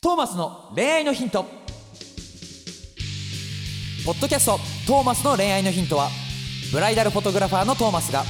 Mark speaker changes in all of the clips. Speaker 1: トーマスの恋愛のヒントポッドキャスト「トーマスの恋愛のヒントは」ブライダルフォトグラファーのトーマスが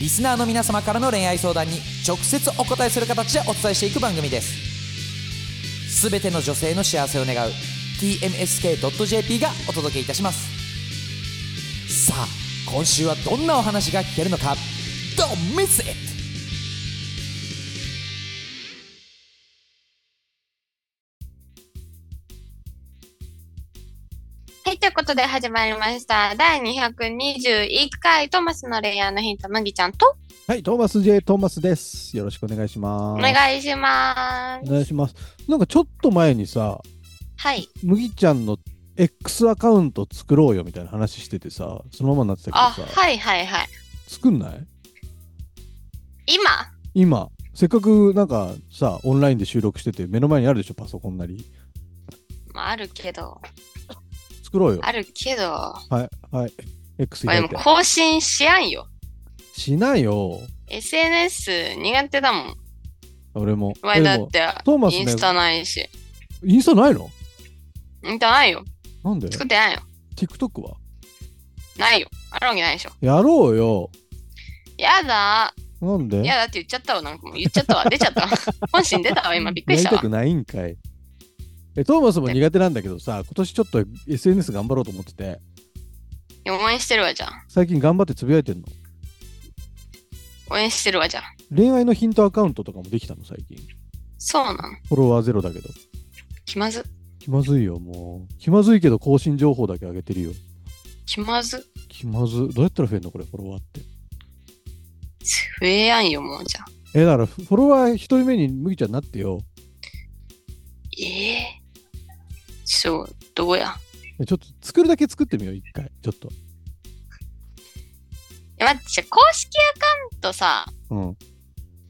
Speaker 1: リスナーの皆様からの恋愛相談に直接お答えする形でお伝えしていく番組ですすべての女性の幸せを願う TMSK.jp がお届けいたしますさあ今週はどんなお話が聞けるのか Don't miss it!
Speaker 2: はい、ということで始まりました。第221回トマスのレイヤーのヒント、麦ちゃんと
Speaker 3: はい、トーマス J. トーマスです。よろしくお願いしま
Speaker 2: お
Speaker 3: す。
Speaker 2: 願いしま
Speaker 3: お
Speaker 2: す。
Speaker 3: 願いします。なんかちょっと前にさ、
Speaker 2: はい。
Speaker 3: 麦ちゃんの X アカウント作ろうよみたいな話しててさ、そのままになってた
Speaker 2: あ、
Speaker 3: けどさ、
Speaker 2: はいはいはい。
Speaker 3: 作んない
Speaker 2: 今、
Speaker 3: 今、せっかくなんかさ、オンラインで収録してて、目の前にあるでしょ、パソコンなり。
Speaker 2: まあ、あるけど、
Speaker 3: 作ろうよ。
Speaker 2: あるけど、
Speaker 3: はい、はい。X
Speaker 2: まあで
Speaker 3: 開い
Speaker 2: も
Speaker 3: て。
Speaker 2: 更新しやんよ。
Speaker 3: しないよ、
Speaker 2: SNS 苦手だもん。
Speaker 3: 俺も。
Speaker 2: 前
Speaker 3: え
Speaker 2: だ
Speaker 3: で
Speaker 2: っ
Speaker 3: も
Speaker 2: て、
Speaker 3: トーマス
Speaker 2: イ
Speaker 3: ね
Speaker 2: ンス、タないし。
Speaker 3: インスタないの
Speaker 2: インスタないよ。
Speaker 3: なんで
Speaker 2: 作ってないよ。
Speaker 3: ?TikTok は
Speaker 2: ないよ。あるわけないでしょ。
Speaker 3: やろうよ。
Speaker 2: やだ
Speaker 3: なんで
Speaker 2: ー。やだって言っちゃったわ。なんかもう言っちゃ ったわ。出ちゃったわ。本心出たわ。今びっくり
Speaker 3: や
Speaker 2: し
Speaker 3: り
Speaker 2: た
Speaker 3: た
Speaker 2: わ
Speaker 3: く。ないんかい。え、トーマスも苦手なんだけどさ、今年ちょっと SNS 頑張ろうと思ってて、
Speaker 2: いや応援してるわじゃん。
Speaker 3: 最近頑張ってつぶやいてんの。
Speaker 2: 応援してるわじゃん。
Speaker 3: 恋愛のヒントアカウントとかもできたの、最近。
Speaker 2: そうなの。
Speaker 3: フォロワーゼロだけど。
Speaker 2: 気まず。
Speaker 3: 気まずいよ、もう。気まずいけど更新情報だけ上げてるよ。
Speaker 2: 気まず。
Speaker 3: 気まずい。どうやったら増えんのこれ、フォロワーって。
Speaker 2: 増えやんよ、もうじゃあ。
Speaker 3: え、だからフォロワー一人目に麦ちゃんなってよ。
Speaker 2: ええそう、どうや。い
Speaker 3: えちょっと作るだけ作ってみよう、一回。ちょっと。
Speaker 2: や待って、じゃあ公式アカウントさ、
Speaker 3: うん。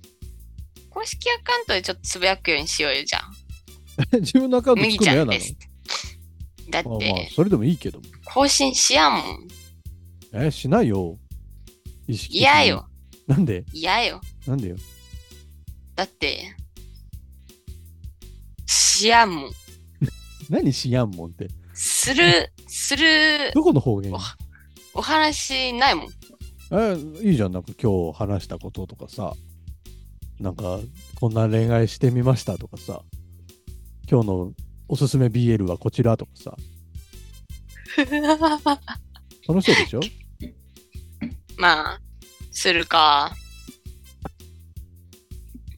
Speaker 2: 公式アカウントでちょっとつぶやくようにしようよ、じゃあ。
Speaker 3: 自分のアカウント
Speaker 2: 麦
Speaker 3: 作
Speaker 2: ち
Speaker 3: るの
Speaker 2: ゃ
Speaker 3: 嫌
Speaker 2: ん
Speaker 3: な
Speaker 2: です。だっ
Speaker 3: のあまあ、
Speaker 2: て、
Speaker 3: それでもいいけど。
Speaker 2: 更新しやんもん。
Speaker 3: え、しないよ。意識的に
Speaker 2: 嫌。よ、
Speaker 3: なんで
Speaker 2: 嫌よ。
Speaker 3: なんでよ。
Speaker 2: だって、しやんもん。
Speaker 3: 何しやんもんって。
Speaker 2: する、する、
Speaker 3: どこの方言
Speaker 2: わお話ない もん。
Speaker 3: えいいじゃん、なんか今日話したこととかさ、なんかこんな恋愛してみましたとかさ、今日のおすすめ BL はこちらとかさ、楽しそうでしょ
Speaker 2: まあ、するか。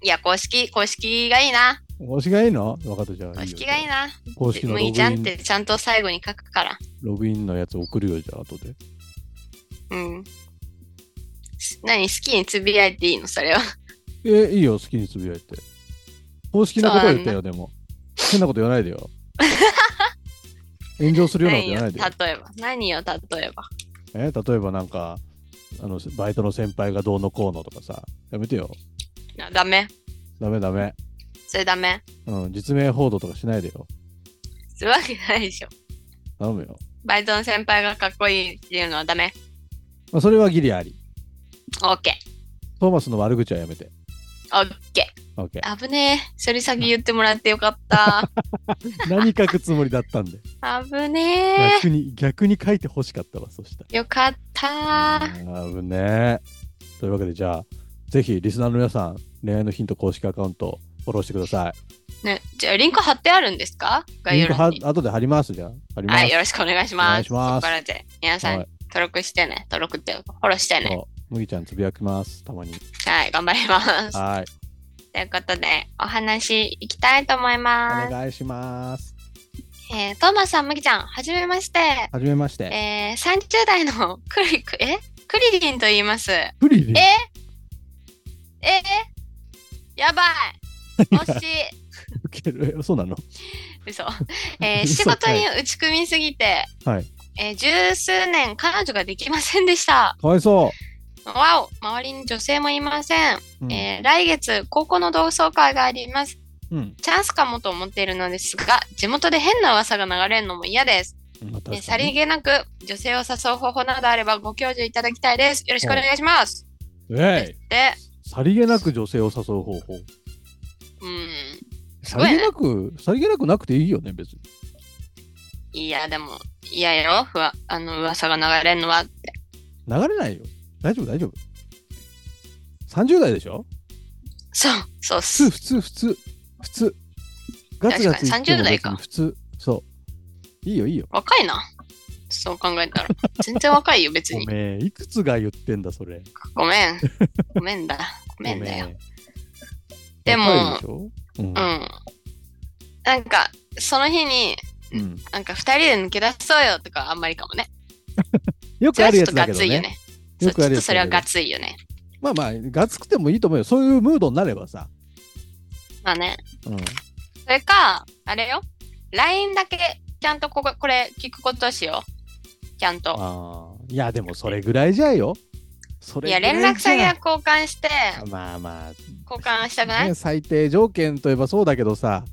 Speaker 2: いや、公式、公式がいいな。
Speaker 3: 公式がいいの分かったじゃあ。
Speaker 2: 公式がいい
Speaker 3: な。
Speaker 2: な。
Speaker 3: 公式のロ
Speaker 2: む
Speaker 3: グイ
Speaker 2: いちゃんっ
Speaker 3: ン
Speaker 2: てちゃんと最後に書くから。
Speaker 3: ログインのやつ送るよ、じゃあ後で。
Speaker 2: うん。す何好きにつぶやいていいのそれは。
Speaker 3: え、いいよ、好きにつぶやいて。公式のことは言ったよ、でも。変なこと言わない でよ。炎上するようなこと
Speaker 2: 何
Speaker 3: 言
Speaker 2: よ
Speaker 3: わな
Speaker 2: 例
Speaker 3: いで
Speaker 2: え
Speaker 3: よ。
Speaker 2: ば。何よ例えば。
Speaker 3: え例えばなんか、あの、バイトの先輩がどうのこうのとかさ、やめてよ。
Speaker 2: なダメ。
Speaker 3: ダメダメ。
Speaker 2: それダメ。
Speaker 3: うん、実名報道とかしないでよ。
Speaker 2: するわけないでしょ。
Speaker 3: 頼むよ。
Speaker 2: バイトの先輩がかっこいいっていうのはダメ。
Speaker 3: まあ、それはギリあり。
Speaker 2: オッケ
Speaker 3: トーマスの悪口はやめて。
Speaker 2: ー。オッケ
Speaker 3: OK
Speaker 2: ー。危ねえ。それ先言ってもらってよか った。
Speaker 3: 何書くつもりだったんで。
Speaker 2: 危ね
Speaker 3: 逆に、逆に書いてほしかったわ、そした
Speaker 2: え。よかった
Speaker 3: ら。。あぶねえ。というわけで、じゃあ、ぜひ、リスナーの皆さん、恋愛のヒント公式アカウント、フォローしてください。
Speaker 2: ね、じゃあリンク貼ってあるんですか概
Speaker 3: リ
Speaker 2: 要
Speaker 3: ンクは
Speaker 2: 欄に。
Speaker 3: 後で貼ります、じゃあ。貼ります。
Speaker 2: はい、よろしくお願いし
Speaker 3: お
Speaker 2: ま
Speaker 3: 願い
Speaker 2: す。
Speaker 3: しま
Speaker 2: そ
Speaker 3: す
Speaker 2: こからで皆さん
Speaker 3: はい
Speaker 2: 登録してね。登録って、フォローしてね。
Speaker 3: そう麦ちゃんつぶやきます、たまに。
Speaker 2: はい、頑張ります。
Speaker 3: はい。
Speaker 2: ということで、お話いきたいと思いま
Speaker 3: お
Speaker 2: す。
Speaker 3: 願いします。
Speaker 2: えー、トーマスさん、むぎちゃん、はじめまして。
Speaker 3: はじめまして。
Speaker 2: えー、30代の クリク、えクリリンと言います。え
Speaker 3: プリリン
Speaker 2: えやばい 惜しい
Speaker 3: 受ける。 そうなの
Speaker 2: 嘘。えー、仕
Speaker 3: 嘘
Speaker 2: 事
Speaker 3: かい
Speaker 2: に打ち組みすぎて、
Speaker 3: はい
Speaker 2: えー、十数年彼女ができませんでした。
Speaker 3: かわいそ
Speaker 2: わお周りに女性もいません。
Speaker 3: う。うん。
Speaker 2: えー来月、高校の同窓会があります。
Speaker 3: うん。
Speaker 2: チャンスかもと思っているのですが、地元で変な噂が流れるのも嫌です。
Speaker 3: まあ確か
Speaker 2: え
Speaker 3: に
Speaker 2: ーさりげなく女性を誘う方法などあればご教授いただきたいです。よろしくお願いします。
Speaker 3: えい
Speaker 2: で、
Speaker 3: さりげなく女性を誘う方法。
Speaker 2: うん、
Speaker 3: さりげなく、さりげなくなくていいよね、別に。
Speaker 2: いや、でも、嫌よ。ふわ、あの、噂が流れんのはって。
Speaker 3: 流れないよ。大丈夫、大丈夫。30代でしょ
Speaker 2: そう、そうっす。
Speaker 3: 普通、普通、普通、普通。ガツガツ言っても
Speaker 2: 確かに30代
Speaker 3: 別
Speaker 2: か
Speaker 3: に普通。そう。いいよ、いいよ。
Speaker 2: 若いな。そう考えたら。全然若いよ、別
Speaker 3: ご
Speaker 2: に。
Speaker 3: めん、いくつが言ってんだ、それ。
Speaker 2: ごめん。ごめ んだ。ごめんだよ。でも
Speaker 3: 若いしょうん
Speaker 2: う。ん。なんか、その日に、
Speaker 3: うん
Speaker 2: なんか二人で抜け出そうよとかあんまりかもね。
Speaker 3: よ
Speaker 2: そ
Speaker 3: く
Speaker 2: れ
Speaker 3: あ
Speaker 2: はちょ
Speaker 3: るや
Speaker 2: っと
Speaker 3: つ
Speaker 2: ガ
Speaker 3: だけど
Speaker 2: ツいよ
Speaker 3: ね。
Speaker 2: ね。
Speaker 3: よくあ
Speaker 2: そうちょっ
Speaker 3: るや
Speaker 2: と
Speaker 3: つ
Speaker 2: それ
Speaker 3: だ
Speaker 2: は
Speaker 3: けど
Speaker 2: ガ。ツいよね。
Speaker 3: まあまあ、ガツくてもいいと思うよ。そういうムードになればさ。
Speaker 2: まあね。
Speaker 3: うん。
Speaker 2: それか、あれよ。LINE だけ、ちゃんとこここれ聞くことしよう。ちゃんと。
Speaker 3: あーいや、でもそれぐらいじゃよ。それ
Speaker 2: い
Speaker 3: ぐら
Speaker 2: や、
Speaker 3: いじゃ
Speaker 2: 連絡先は交換して、
Speaker 3: まあまあ、
Speaker 2: 交換したくない、
Speaker 3: ね最低条件といえばそうだけどさ、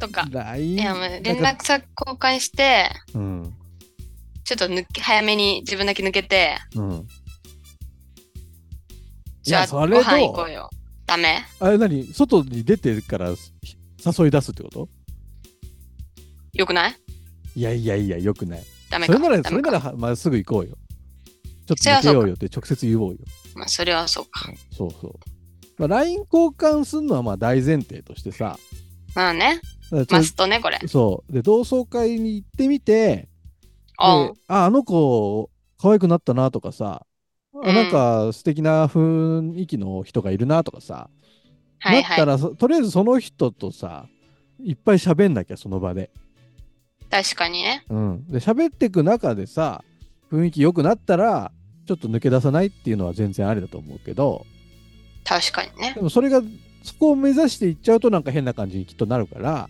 Speaker 2: とか。
Speaker 3: LINE
Speaker 2: いや、もう連
Speaker 3: なんか
Speaker 2: 絡先交換して、
Speaker 3: うん、
Speaker 2: ちょっと抜け早めに自分だけ抜けて、
Speaker 3: うん。い
Speaker 2: じゃ
Speaker 3: や、
Speaker 2: あ
Speaker 3: そ
Speaker 2: ご
Speaker 3: れ
Speaker 2: 飯行こ
Speaker 3: と
Speaker 2: う、よ。ダメ
Speaker 3: あれ何、外に出てからひ誘い出すってこと
Speaker 2: よくない
Speaker 3: いやいやいや、よくない。
Speaker 2: ダメ
Speaker 3: そ
Speaker 2: か。
Speaker 3: れなら、
Speaker 2: ダ
Speaker 3: そ
Speaker 2: メ
Speaker 3: れな、
Speaker 2: から
Speaker 3: はまあ、すぐ行こうよ。ちょっと
Speaker 2: それは
Speaker 3: 抜け
Speaker 2: そうか
Speaker 3: ようよって直接言おうよ。
Speaker 2: まあ、それはそうか。
Speaker 3: そうそう。まあ、LINE 交換するのはまあ大前提としてさ、
Speaker 2: まあね。
Speaker 3: だから
Speaker 2: マ
Speaker 3: ち
Speaker 2: ストね、これ
Speaker 3: ょ。そう。で、同窓会に行ってみて、
Speaker 2: お
Speaker 3: でああの子可愛くなったなとかさ、あ
Speaker 2: うん
Speaker 3: なんか素敵な雰囲気の人がいるなとかさ、
Speaker 2: はい
Speaker 3: なっ
Speaker 2: は
Speaker 3: た
Speaker 2: い。
Speaker 3: らそとりあえずその人とさいっぱい喋んなきゃその場で。
Speaker 2: 確かにね。
Speaker 3: うん、で喋ってく中でさ雰囲気良くなったらちょっと抜け出さないっていうのは全然ありだと思うけど
Speaker 2: 確かにね。
Speaker 3: でもそれがそこを目指していっちゃうとなんか変な感じにきっとなるから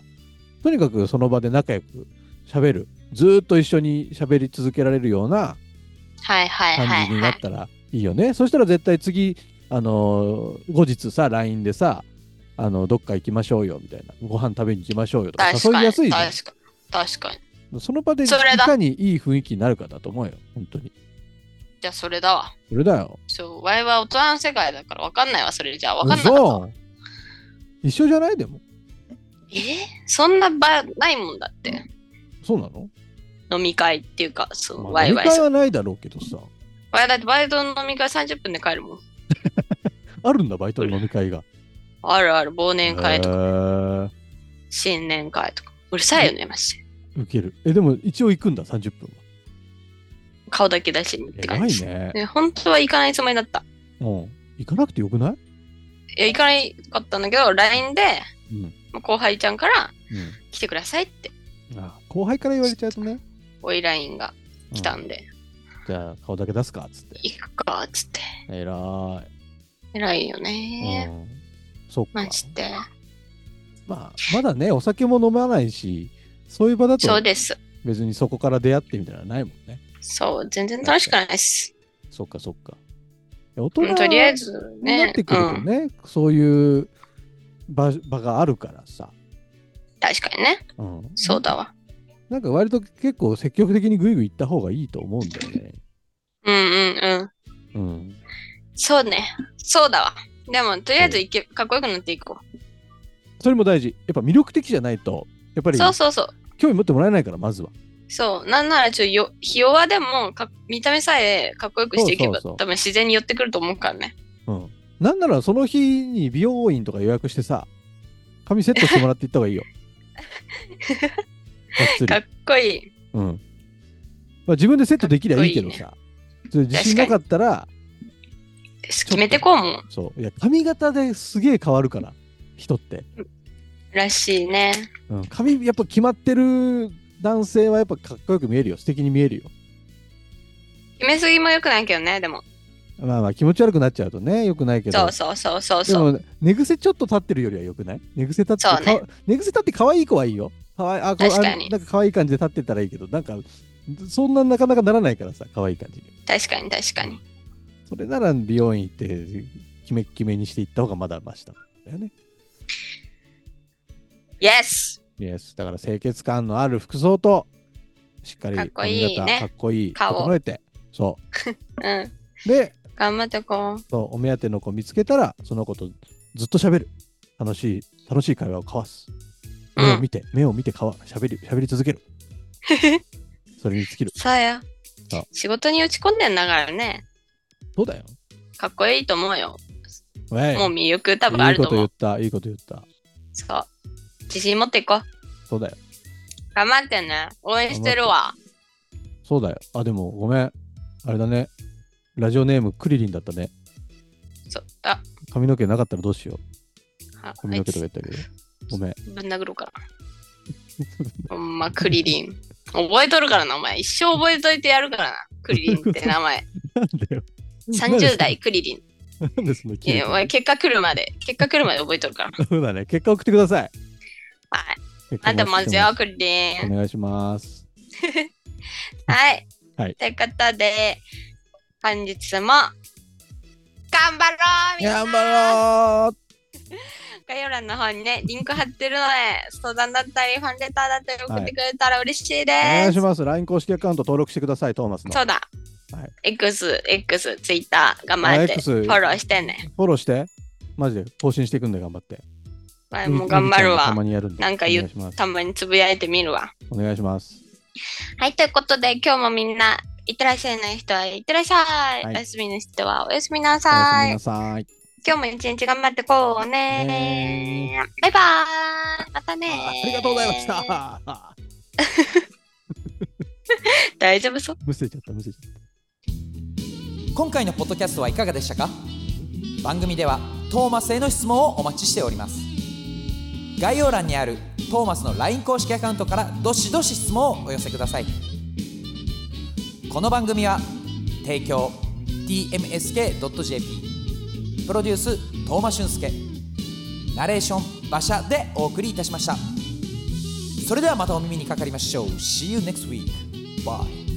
Speaker 3: とにかくその場で仲良く喋るずーっと一緒に喋り続けられるような
Speaker 2: はいはいは
Speaker 3: 感
Speaker 2: い
Speaker 3: じ
Speaker 2: は
Speaker 3: になっ
Speaker 2: い。
Speaker 3: たらいいよね、そしたら絶対次、あのー後日さ LINE でさあのどっか行きましょうよみたいなご飯食べに行きましょうよとか
Speaker 2: 確か
Speaker 3: 誘いやすい
Speaker 2: に。
Speaker 3: じゃ
Speaker 2: 確かに。確かに。
Speaker 3: んその場でい
Speaker 2: それだ
Speaker 3: かにいい雰囲気になるかだと思うよ本当に
Speaker 2: じゃあ、それだわ。
Speaker 3: それだよ
Speaker 2: そう、わいは大人の世界だから分かんないわ、それじゃあ。分かんなかった。
Speaker 3: そう一緒じゃないでも
Speaker 2: えーそんな場ないもんだって。
Speaker 3: そうなの、
Speaker 2: 飲み会っていうか、そう、
Speaker 3: まあ、
Speaker 2: ワイ
Speaker 3: 飲み
Speaker 2: ワイ
Speaker 3: 会
Speaker 2: そう。
Speaker 3: はないだろうけどさ
Speaker 2: わいだってバイトの飲み会30分で帰るもん。
Speaker 3: あるんだバイトの飲み会が
Speaker 2: あるある、忘年会とか、
Speaker 3: か
Speaker 2: 新年会とか。うるさいよね、マジで。
Speaker 3: 受けるえでも一応行くんだ30分は
Speaker 2: 顔だけ出しにって
Speaker 3: 偉
Speaker 2: 感
Speaker 3: い
Speaker 2: じ。
Speaker 3: ね
Speaker 2: ね、本当は行かないつもりだった。
Speaker 3: うん行かなくてよくない、
Speaker 2: いや、行かないかったんだけど、LINE で、
Speaker 3: うんう
Speaker 2: まあ後輩ちゃんから
Speaker 3: ん
Speaker 2: 来てくださいって、
Speaker 3: あ後輩から言われちゃうとね。
Speaker 2: おい LINE が来た
Speaker 3: うん
Speaker 2: んで、
Speaker 3: じゃあ顔だけ出すかっつって。
Speaker 2: 行くか、っつって。
Speaker 3: えらー
Speaker 2: 偉いよ
Speaker 3: い。
Speaker 2: ね。
Speaker 3: うん。そっか。
Speaker 2: マジで。
Speaker 3: まあ、まだね、お酒も飲まないし、そういう場だと
Speaker 2: そうです。
Speaker 3: 別にそこから出会ってみたいなのはないもんね。
Speaker 2: そう、全然楽しくないです。
Speaker 3: そっかそっか。大人
Speaker 2: うんとりあえず
Speaker 3: にな
Speaker 2: ね
Speaker 3: ってく
Speaker 2: う
Speaker 3: ると
Speaker 2: ん、
Speaker 3: ね、そういう場場があるからさ。
Speaker 2: 確かにね。
Speaker 3: うん、
Speaker 2: そうだわ。
Speaker 3: なんか割と結構積極的にグイグイ行った方がいいと思うんだ よね。
Speaker 2: うんうんうん。
Speaker 3: うん。
Speaker 2: そうね。そうだわ。でも、とりあえずいけ、かっこよくなっていこ
Speaker 3: それも大事。やっぱ魅力的じゃないと、やっぱ
Speaker 2: う。
Speaker 3: り
Speaker 2: そうそうそう。
Speaker 3: 興味持ってもらえないから、まずは。
Speaker 2: そう。なんなら、ちょっとよ、ひ弱でもか、見た目さえかっこよくしていけば、
Speaker 3: そうそうそう
Speaker 2: 多分自然に寄ってくると思うからね。
Speaker 3: うん。なんならその日に美容院とか予約してさ、髪セットしてもらって行った方がいいよ。がっつ り
Speaker 2: かっこいい。
Speaker 3: うん。まあ、自分でセットできりゃいいけどさ、それ自信なかったら、
Speaker 2: 決めてこうもん。
Speaker 3: そう。いや、髪型ですげえ変わるから、人って。
Speaker 2: らしいね。
Speaker 3: うん。髪、やっぱ決まってる男性はやっぱかっこよく見えるよ。素敵に見えるよ。
Speaker 2: 決めすぎもよくないけどね、でも。
Speaker 3: まあまあ気持ち悪くなっちゃうとね、よくないけど。
Speaker 2: そうそうそうそうそう。
Speaker 3: でも、寝癖ちょっと立ってるよりはよくない寝癖立って、
Speaker 2: そうね
Speaker 3: かわ寝癖立って可愛い子はいいよ。かわいあこう
Speaker 2: 確かに
Speaker 3: あなんか可愛い感じで立ってたらいいけど、なんか、そんななかなかならないからさ、可愛い感じに。
Speaker 2: 確かに確かに。
Speaker 3: それなら美容院行って、キメッキメにしていった方がまだましだよね。
Speaker 2: イエス
Speaker 3: イエス。だから清潔感のある服装と、しっかり
Speaker 2: かっこいいね
Speaker 3: 髪型かっこいい。
Speaker 2: 顔
Speaker 3: 整えて。そ
Speaker 2: うん。
Speaker 3: う。で、
Speaker 2: 頑張ってこう。
Speaker 3: そうお目当ての子見つけたら、その子とずっと喋る。楽しい、楽しい会話を交わす。
Speaker 2: うん
Speaker 3: 目を見て、目を見て交わ、喋り、喋り続 ける。それに尽きる。
Speaker 2: そうや
Speaker 3: あ。
Speaker 2: 仕事に打ち込んでんだからね。
Speaker 3: そうだよ。
Speaker 2: かっこいいと思うよ。
Speaker 3: え
Speaker 2: もう魅力多分あ
Speaker 3: い
Speaker 2: る
Speaker 3: いことと
Speaker 2: 思
Speaker 3: 言
Speaker 2: う
Speaker 3: っ。た、いいこと言った。
Speaker 2: そう。自信持っていこう。
Speaker 3: そうだよ。
Speaker 2: 頑張ってね。応援してるわ。
Speaker 3: そうだよ。あ、でもごめん。あれだね。ラジオネームクリリンだったね。
Speaker 2: そう。あ、
Speaker 3: 髪の毛なかったらどうしよ
Speaker 2: あ
Speaker 3: う。髪
Speaker 2: あい
Speaker 3: の毛と
Speaker 2: つ
Speaker 3: か言ったけど。ごめん。
Speaker 2: ぶん殴ろうかな。 ほんま、クリリン。覚えとるからな、お前。一生覚えといてやるからな。クリリンって名 前。
Speaker 3: なんだよ。
Speaker 2: 30代クリリン。
Speaker 3: なんでそんな切
Speaker 2: い
Speaker 3: れ
Speaker 2: や、
Speaker 3: た
Speaker 2: お前結果来るまで、結果来るまで覚えとる から。
Speaker 3: そうだね。結果送ってください。
Speaker 2: はい。
Speaker 3: 結果
Speaker 2: あんた
Speaker 3: も
Speaker 2: も
Speaker 3: して
Speaker 2: じゃあクリリ
Speaker 3: お
Speaker 2: ン。
Speaker 3: 願いします。
Speaker 2: はい。
Speaker 3: はい
Speaker 2: ということで、本日も、頑張ろうみんな
Speaker 3: 頑張ろう
Speaker 2: 概要欄の方にね、リンク貼ってるので、相談だったり、ファンレターだったり送ってくれたら嬉しいで
Speaker 3: お願い
Speaker 2: す。
Speaker 3: します。LINE 公式アカウント登録してください、トーマスの。
Speaker 2: そうだ。
Speaker 3: は
Speaker 2: X、X、Twitter、頑張って、
Speaker 3: あ X
Speaker 2: フォローしてね。
Speaker 3: フォローして。マジで更新していくんで頑張って。
Speaker 2: まあ、もう頑張る
Speaker 3: た
Speaker 2: わ
Speaker 3: ま。にやるんで。
Speaker 2: なんか言う
Speaker 3: お願いします。
Speaker 2: たまにつぶやいてみるわ。
Speaker 3: お願いします。
Speaker 2: はい、ということで、今日もみんな、いってらっしゃいない人はいってらっしゃい。
Speaker 3: はい
Speaker 2: おやすみの人はおやすみな
Speaker 3: おや
Speaker 2: さ
Speaker 3: すみ
Speaker 2: い
Speaker 3: な。さい。
Speaker 2: 今日も一日頑張ってこうねバイバーイ。またね
Speaker 3: あありがとうございまし。 た。
Speaker 2: 大丈夫そう
Speaker 3: むせちゃった、むせちゃった。
Speaker 1: 今回のポッドキャストはいかがでしたか番組ではトーマスへの質問をお待ちしております概要欄にあるトーマスの LINE 公式アカウントからどしどし質問をお寄せくださいこの番組は提供 tmsk.jp プロデューストーマ俊介ナレーション馬車でお送りいたしましたそれではまたお耳にかかりましょう See you next week Bye